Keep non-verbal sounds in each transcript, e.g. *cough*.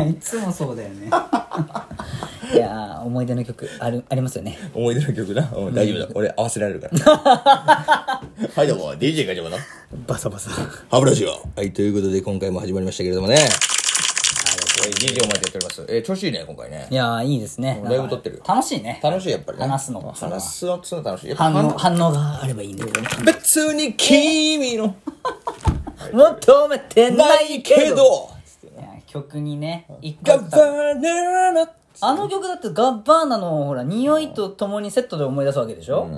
いつもそうだよね *laughs* いやー思い出の曲あるありますよね思い出の曲な。うん、大丈夫だ。俺合わせられるから。 *laughs* はい、どうも、DJ ガチャバな。バサバサ歯ブラシが。はい、ということで今回も始まりましたけれどもね。はい、DJ を毎回やっております。えー、調子いいね、今回ねい。やーいいですねだいぶ撮ってるよ楽しいね楽しい、やっぱりね。話すのがそれは話すのつの楽しい。やっぱ反応反応があればいいんだけどね別に君の求めてなないいけけどど、いや曲にね一回頑張れな。あの曲だってガッバーナのほら匂いとともにセットで思い出すわけでしょ、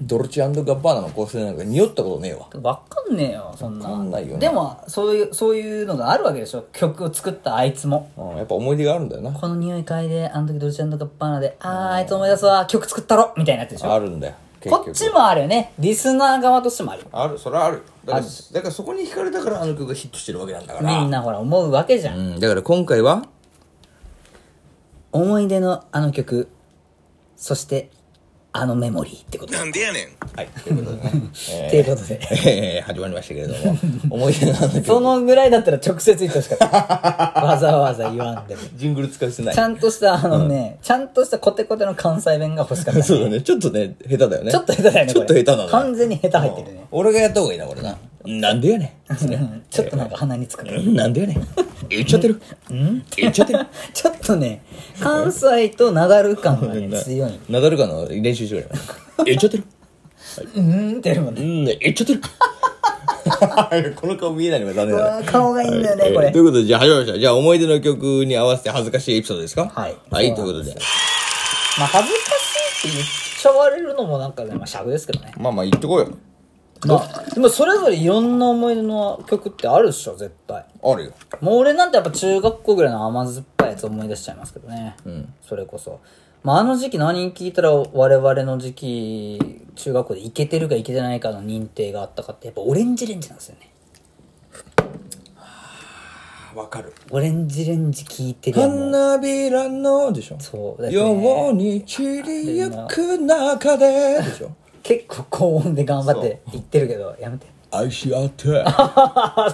ドルチアンドガッバーナの香水なんか匂ったことねえわ。わかんねえよそんなわかんないよなでもそういうそういうのがあるわけでしょ曲を作ったあいつもうん、やっぱ思い出があるんだよな。この匂い嗅いであの時ドルチェンドガッバーナであーあいつ思い出すわ曲作ったろみたいなやつでしょあるんだよ。結こ局っちもあるよねリスナー側としてもあるよある、それはある。だから、だからそこに惹かれたからあの曲がヒットしてるわけなんだから。みんなほら思うわけじゃん、うん、だから今回は、思い出のあの曲そしてあのメモリーってことなんでやねんはい、ということでね。っていうことでえー、始まりましたけれども、思い出のあの曲、そのぐらいだったら直接言ってほしかった *laughs* わざわざ言わんでもジングル使わせてないち。ゃんとしたあのね、ちゃんとしたコテコテの関西弁が欲しかったそうだね、ちょっとね、下手だよね。ちょっと下手だよねちょっと下手だな。完全に下手入ってるね俺がやった方がいいな、これな。なんでやねうんちょっとなんか鼻につくねん。なんでやねん。言っちゃってる。言っちゃってる。ちょっとね関西とナダル感がね *laughs* 強いナダルカの練習 *laughs* しようよ。言っちゃってる。うんっていうのもうねん、言っちゃ *laughs* って *laughs* る。この顔見えないのが残念うだわ。顔がいいんだよねこえーれということで、じゃあ始まりました。じゃあ思い出の曲に合わせて恥ずかしいエピソードですかはいはい、ということで。まあ恥ずかしいって言っちゃわれるのもなんかねまあしゃぶですけどねまあまあ言ってこいよ。まあでもそれぞれいろんな思い出の曲ってあるでしょ絶対あるよ。もう俺なんてやっぱ中学校ぐらいの甘酸っぱいやつ思い出しちゃいますけどね、それこそ、まあ、あの時期何聞いたら我々の時期中学校でいけてるかいけてないかの認定があったかってやっぱオレンジレンジなんですよねわかる。オレンジレンジ聞いてるやんもう花びらのでしょ。そうだよね世に散りゆく中で。でしょ。結構高音で頑張って言ってるけどやめて *laughs* 愛し合って、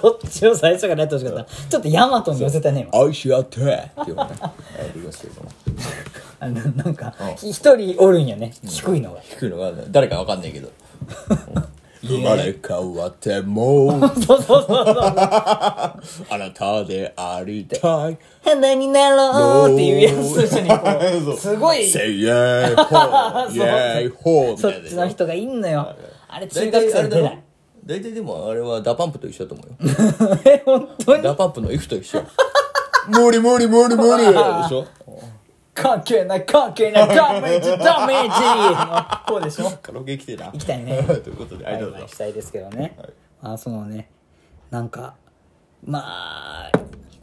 そっちを最初からやってほしかったちょっとヤマトに寄せたね今愛し合って。っていうのね。やっていきますけれども。あのなんかひ一人おるんよね低いのが聞くのが誰かわかんな *laughs* いけど。生まれ変わっても、 *laughs* そうそうそうあなたでありたい。花になろうっていうやつと一緒 *laughs* に *laughs* こうすごいせいえ *laughs* いほー、イェーイほーみそたいっな。ちの人がいんのよ。あれ中大学体あ生れだ出ろない。大体でもあれはダパンプと一緒だと思うよ。 *laughs* え、 *laughs* 本当にダパンプの F と *laughs* 一緒。無理無理無理無理でしょ関係ない関係ないダメージダメー *laughs* ジの方でしょカラオケ来てえな。行きたいね *laughs* ということで、ありバイがとうバございイましす。たいですけどね。あ、そのね、なんか、まあ、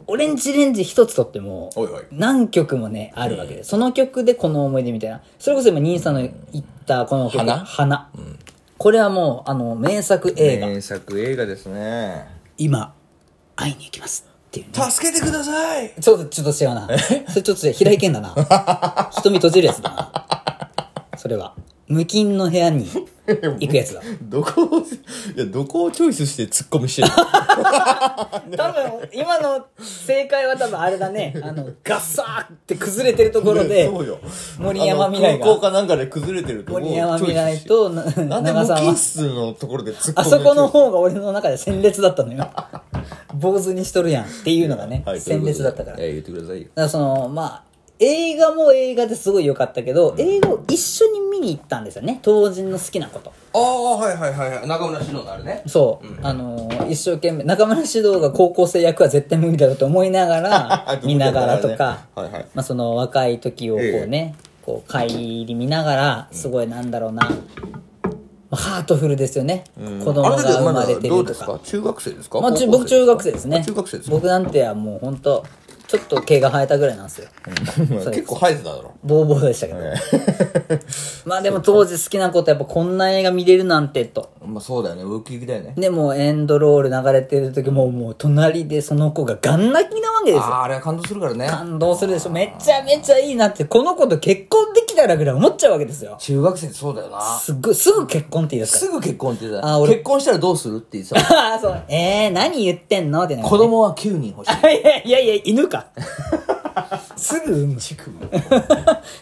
オレンジレンジ一つとってもおいおい、何曲もね、あるわけで、その曲でこの思い出みたいな。それこそ今、兄さんの言ったこの曲、花花。これはもう、あの、名作映画、作映画ですね。今、会いに行きますっていうね。助けてくださいちょっと、ちょっと違うな。それちょっと違う。平井堅だ *laughs* な。瞳閉じるやつだな。それは。無菌の部屋に行くやつだ。どこを、いや、どこをチョイスして突っ込 *laughs* みしてるの多分、今の正解は多分あれだね。あの、ガッサーって崩れてるところで、 *laughs* そうよ。森山未来があの空港かなんかで崩れてるとこ森山未来とななんで長無さん菌は、室のところで突っ込みあそこの方が俺の中で鮮烈だった *laughs* のよ。坊主にしとるやんっていうのがね、鮮烈だったから。え言ってくださいだよ。からそのまあ映画も映画ですごい良かったけど、映画を一緒に見に行ったんですよね当人の好きなことああ、はいはいはいはい。中村獅童のあるね。そう、あのー一生懸命中村獅童が高校生役は絶対無理だろうと思いなが *laughs* ら見ながらとか、はいはいまあ、その若い時をこうね、こう顧り見ながらすごいなんだろうな、まあハートフルですよね、子供あがれだけ生ままだれてどるうとですかか中学生ですかまあ、ち僕中学生ですねあ中学生ですか僕なんてはもう本当ちょっと毛が生えたぐらいなんですよ、うん結構生えてただろ。ボーボーでしたけど、まあでも当時好きなことやっぱこんな映画見れるなんてと。 *laughs* まあそうだよね。ウキウキだよね。でもエンドロール流れてる時ももう隣でその子がガン泣きなわけですよ。ああ、あれは感動するからね。感動するでしょ。めちゃめちゃいいなって、この子と結婚できたらぐらい思っちゃうわけですよ。中学生ってそうだよな。すっごい、すぐ結婚って言いですすぐ結婚って言ってあた。ー俺結婚したらどう *laughs* するって言ってた。から。ああ、そう。えー、何言ってんのってなる子供は9人欲しい。いやいやいや、犬か。だすぐ産む乳首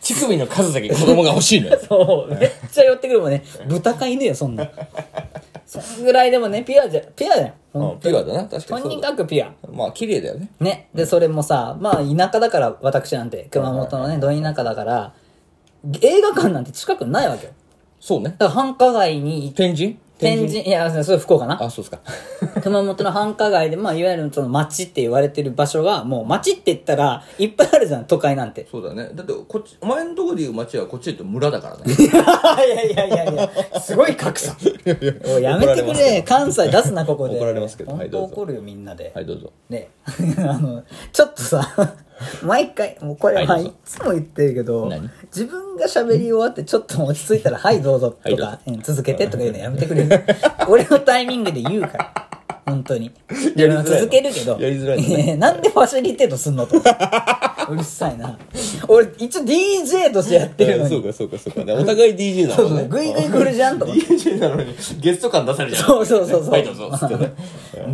乳首の数だけ子供が欲しいの *laughs* よそうめっちゃ寄ってくるもんね豚か犬よそんなそんぐらいでもねピュアじゃピュアだよほんあピュアだな確かとにそうにだかくピュアまあ綺麗だよねねでそれもさまあ田舎だから私なんて熊本のねど田舎だから映画館なんて近くないわけよそうねだから繁華街に行って天神天神いやそれ福岡なあそうですか *laughs* 熊本の繁華街で、まあ、いわゆるその町って言われてる場所が、もう町って言ったら、いっぱいあるじゃん、都会なんて。そうだねだってこっちお前のとこで言う街はこっちで言うと村だからね *laughs* いやいやいやいや、すごい格差。 *laughs* おいやめてくれ、関西出すな、こ *laughs* こで。怒られますけどは本いど当うぞ怒るよ、みんなで。はいどうぞね、 *laughs* あの、ちょっとさ、 *laughs* 毎回、もうこはれ、いまあ、どうぞいつも言ってるけど、何自分が喋り終わってちょっと落ち *laughs* 着いたら、はい、どうぞはといどうぞか、うん続けてとか言うのやめてくれ *laughs* る。俺のタイミングで言うから。本当に。やりづらい続けるけど。やりづらいの *laughs* ねやなんでファシリテートすんのと。 *laughs* うるさいな。俺、一応 DJ としてやってるのあに。 *laughs* そうかそうかそうかねお互い DJ だそうもんそう、ねグイグイ来るじゃんとか。 DJ *laughs* なのにゲスト感出されるじゃん *laughs* そうそうそうそう。はいどうぞっつってね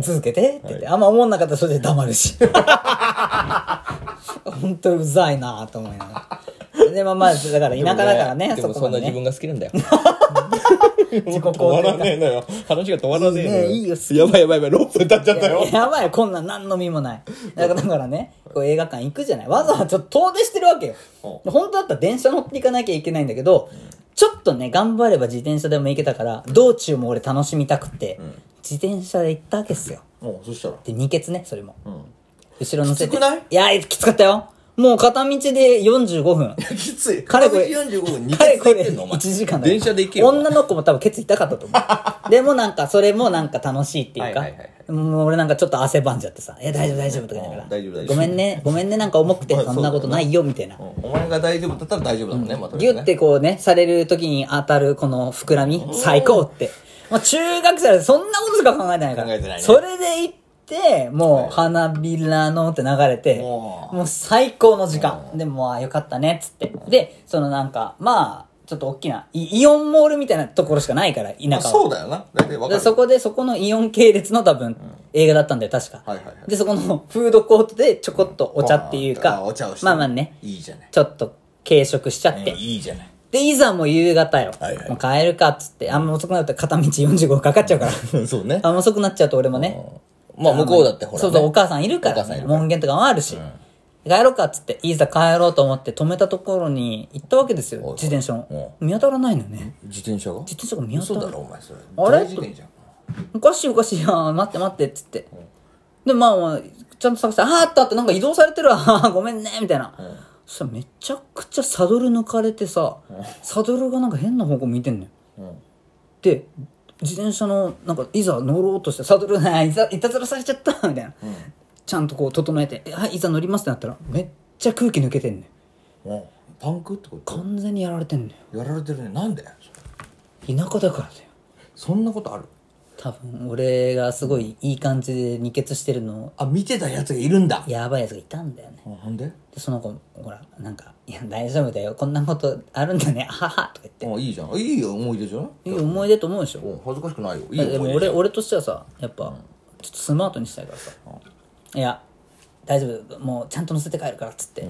続けてって言って、あんま思んなかったらそれで黙るし。 *laughs* 本当うざいなと思いながら。で、まあまあ、だから *laughs* 田舎だからね、でそもこそんまなで自分ね。が好きなんだよ *laughs* 自己止ま肯ら定ねえのよ話が止まらねえのよいいねいいよ好きやばいやばいやばい6分経っちゃった感よややばい、こんなん何の身もない。だからだからね、こう映画館行くじゃない。わざわざ遠出してるわけよ。本当だったら電車乗っていかなきゃいけないんだけど、ちょっとね、頑張れば自転車でも行けたから、道中も俺楽しみたくて、自転車で行ったわけっすよ。もうそしたらで、二ケツね、それも。後ろ乗せて。きつくないや、きつかったよ。もう片道で45分。 *laughs* きついかれこれ、 45分2か回れこ行っれてんのお1前時間だよ電車で行けよ女の子も多分ケツ痛かったと思 *laughs* う。でもなんか、それもなんか楽しいっていうかはいはいはい、もう俺なんかちょっと汗ばんじゃってさ、え、大丈夫大丈夫とか言いながうら、ん大丈夫大丈夫ごめんね、ごめんね、なんか重くてまあそんなことないよ、みたいな。うんお前が大丈夫だったら大丈夫だもんねまたギュってこうね、される時に当たるこの膨らみ、最高って。もう中学生でそんなことしか考えてないから。考えてないねそれで行って、もう花びらのって流れて、おもう最高の時間。で、もうあよかったね、っつって。で、そのなんか、まあ、ちょっと大きなイ、イオンモールみたいなところしかないから、田舎まあは。そうだよな大体わかでるそこで、そこのイオン系列の多分、映画だったんだよ、確か。はいはいはいで、そこのフードコートでちょこっとお茶っていうあか、お茶をしてまあまあね、いいじゃないちょっと軽食しちゃって。いいじ *laughs* ゃないで、いざもう夕方よ。はいはいもう帰るかっつって、あんま遅くなったら片道45分かかっちゃうから。そうねあんま遅くなっちゃうと俺もね。まあ向こうだってほらねそうそう、お母さんいるかおら、母さんいるから門限とかもあるし。帰ろうかっつって、いざ帰ろうと思って止めたところに行ったわけですよいは、い自転車の。見当たらないのよね。自転車が自転車が見当嘘たらだないろお前それあれ大事件じゃんおかしいおかしいな待って待ってっつって。で、まあまあ、ちゃんと探して、あーあったあった、なんか移動されてるわ、 *laughs* あーごめんね、みたいな。そしたらめちゃくちゃサドル抜かれてさ、サドルがなんか変な方向見てんのよ。で、自転車の、なんか、いざ乗ろうとして、サドル、ね、いざいたずらされちゃった、みたいな。ちゃんとこう整えて、えはい、いざ乗りますってなったら、めっちゃ空気抜けてんのよ。うんパンクってこと完全にやられてんのよ。やられてるねなんで田舎だからだよ。そんなことある多分、俺がすごいいい感じで二血してるの、あ見てたやつがいるんだやばいやつがいたんだよね。あほんででその子ほらなんか「いや大丈夫だよこんなことあるんだね *laughs* あはは」とか言っあていいじゃんいいよ思い出じゃないいい思い出と思うでしょうん恥ずかしくないよいいいやで思もい出じ俺ゃん俺としてはさやっぱちょっとスマートにしたいからさ「いや大丈夫もうちゃんと乗せて帰るから」っつって、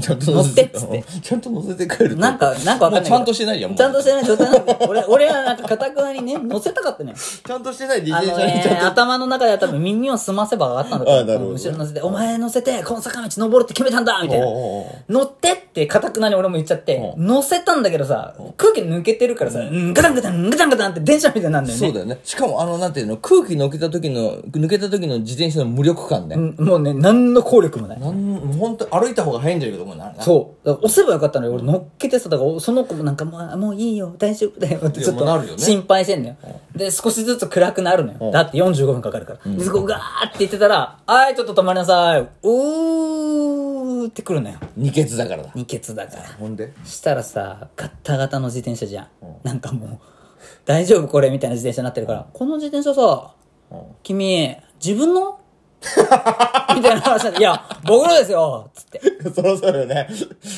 ちゃんと乗ってっつってうんちゃんと乗せて帰るなんかなんかわかんないけどもうちゃんとしてないやんもうちゃんとしてない状態なんだけど俺俺はなんかかたくなにね乗せたかったねちゃんとしてない自あ転の車にちゃんね、頭の中では多分耳を澄ませば上がったんだとあなるほど思う後ろ乗せて、お前乗せて、この坂道登るって決めたんだみたいなおうおうお。乗ってって、かたくなに俺も言っちゃって、乗せたんだけどさ、空気抜けてるからさ、うん、ガタンガタン、ガタンガタンって電車みたいになるんだよ *laughs* そうね。だよねしかもあのなんていうの空気抜けた時の抜けた時の自転車の無力感ねうんもうね、何の効力もない。なんもう本当歩いた方が早いんじゃないかと思うなそう。だから押せばよかったのに、俺乗っけてさ、だからその子もなんか、まあ、もういいよ、大丈夫だよってちょっいやもうなるよとね心配してんのよ。で、少しずつ暗くなるのよ。だって45分かかるから。で、そこガーって言ってたら、はい、ちょっと止まりなさい。うーってくるのよ。二血だからだ二ケツだから。ほんでしたらさ、ガッタガタの自転車じゃん。なんかもう、大丈夫これみたいな自転車になってるから、この自転車さ、君、自分のみたいな話なんで、いや、僕のですよつって。 *laughs* そろそろよね。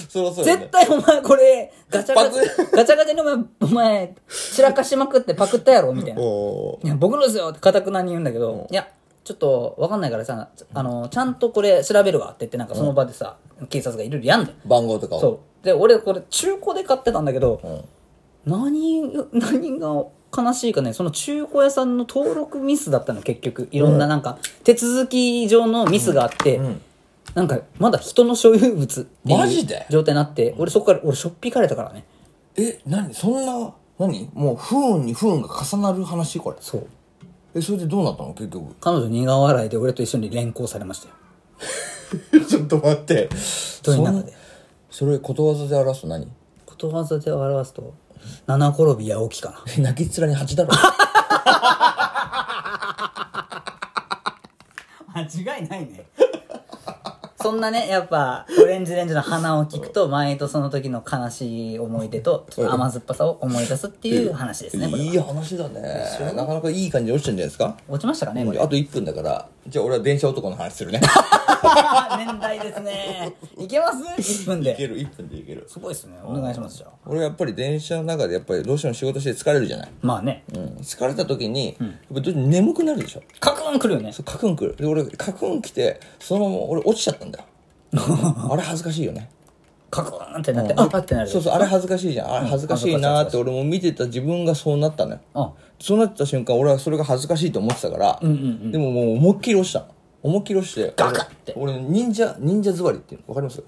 そろそろよね絶。対お前これ、ガチャガチパャ、ガチャガチャにお前、お前、散らかしまくってパクったやろみたいな。いおーや、僕のですよって固くなに言うんだけど、いや、ちょっとわかんないからさ、あの、ちゃんとこれ調べるわって言って、なんかその場でさ、警察がいろいろやんだよ。番号とかを。そう。で、俺これ中古で買ってたんだけど、何が、何が悲しいかね、その中古屋さんの登録ミスだったの、結局。いろんななんか、手続き上のミスがあって、なんか、まだ人の所有物っていうマジで状態になって、俺そこから、俺しょっぴかれたからね。え、なにそんな、なにもう不運に不運が重なる話これ。そう。え、それでどうなったの結局。彼女苦笑いで俺と一緒に連行されましたよ。 *laughs* ちょっと待って。どういう中でそんそれことわざで表すと何ことわざで表すと、七転び八起きかな。 *laughs* 泣きっ面に蜂だ *laughs* ろ。間違いないね。そんなね、やっぱ、オレンジレンジの花を聞くと、前とその時の悲しい思い出と、ちょっと甘酸っぱさを思い出すっていう話ですね、これいは。い話だね。なかなかいい感じに落ちてんじゃないですか落ちましたかね、これ。 *laughs* あと1分だから、じゃあ俺は電車男の話 *laughs* するね。年代ですね。いけます ?1 分いけで。る、1分でいける。すごいですね。お願いします、じゃあ。俺はやっぱり電車の中でやっぱりどうしても仕事して疲れるじゃない。まあね、うん、疲れた時に、やっぱどうしても眠くなるでしょ。カクン来るよね。そうカクン来る。で、俺、カクン来て、そのまま俺落ちちゃったんだ *laughs* よ。あれ恥ずかしいよね。カクンってなって、あパってなる。そうそう、あれ恥ずかしいじゃん。あれ恥ずかしいなーって俺も見てた自分がそうなったのよ。あそうなった瞬間、俺はそれが恥ずかしいと思ってたから、でももう思いっきり落ちたの。思いっきり落ちて。ガカッて俺、俺忍者、忍者座りっていうのわかります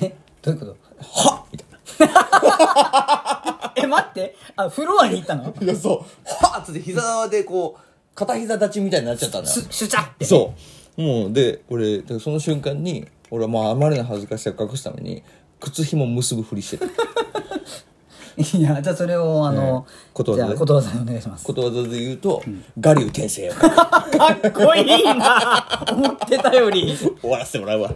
*laughs* え、どういうことはっみたいな。 *laughs* え、待って。あ、フロアに行ったの *laughs* いや、そう。はっつって膝でこう、片膝立ちみたいになっちゃったんだよシ。ュシュチャって。そう。もう、で、俺、でその瞬間に、俺はもうあまりの恥ずかしさを隠すために、靴紐結ぶふりしてた。いや、じゃあそれを、あの、ことわじざゃであ、ことわざでお願いします。ことわざで言うと、我流転生をかっこいいな思ってたより。終わらせてもらうわ。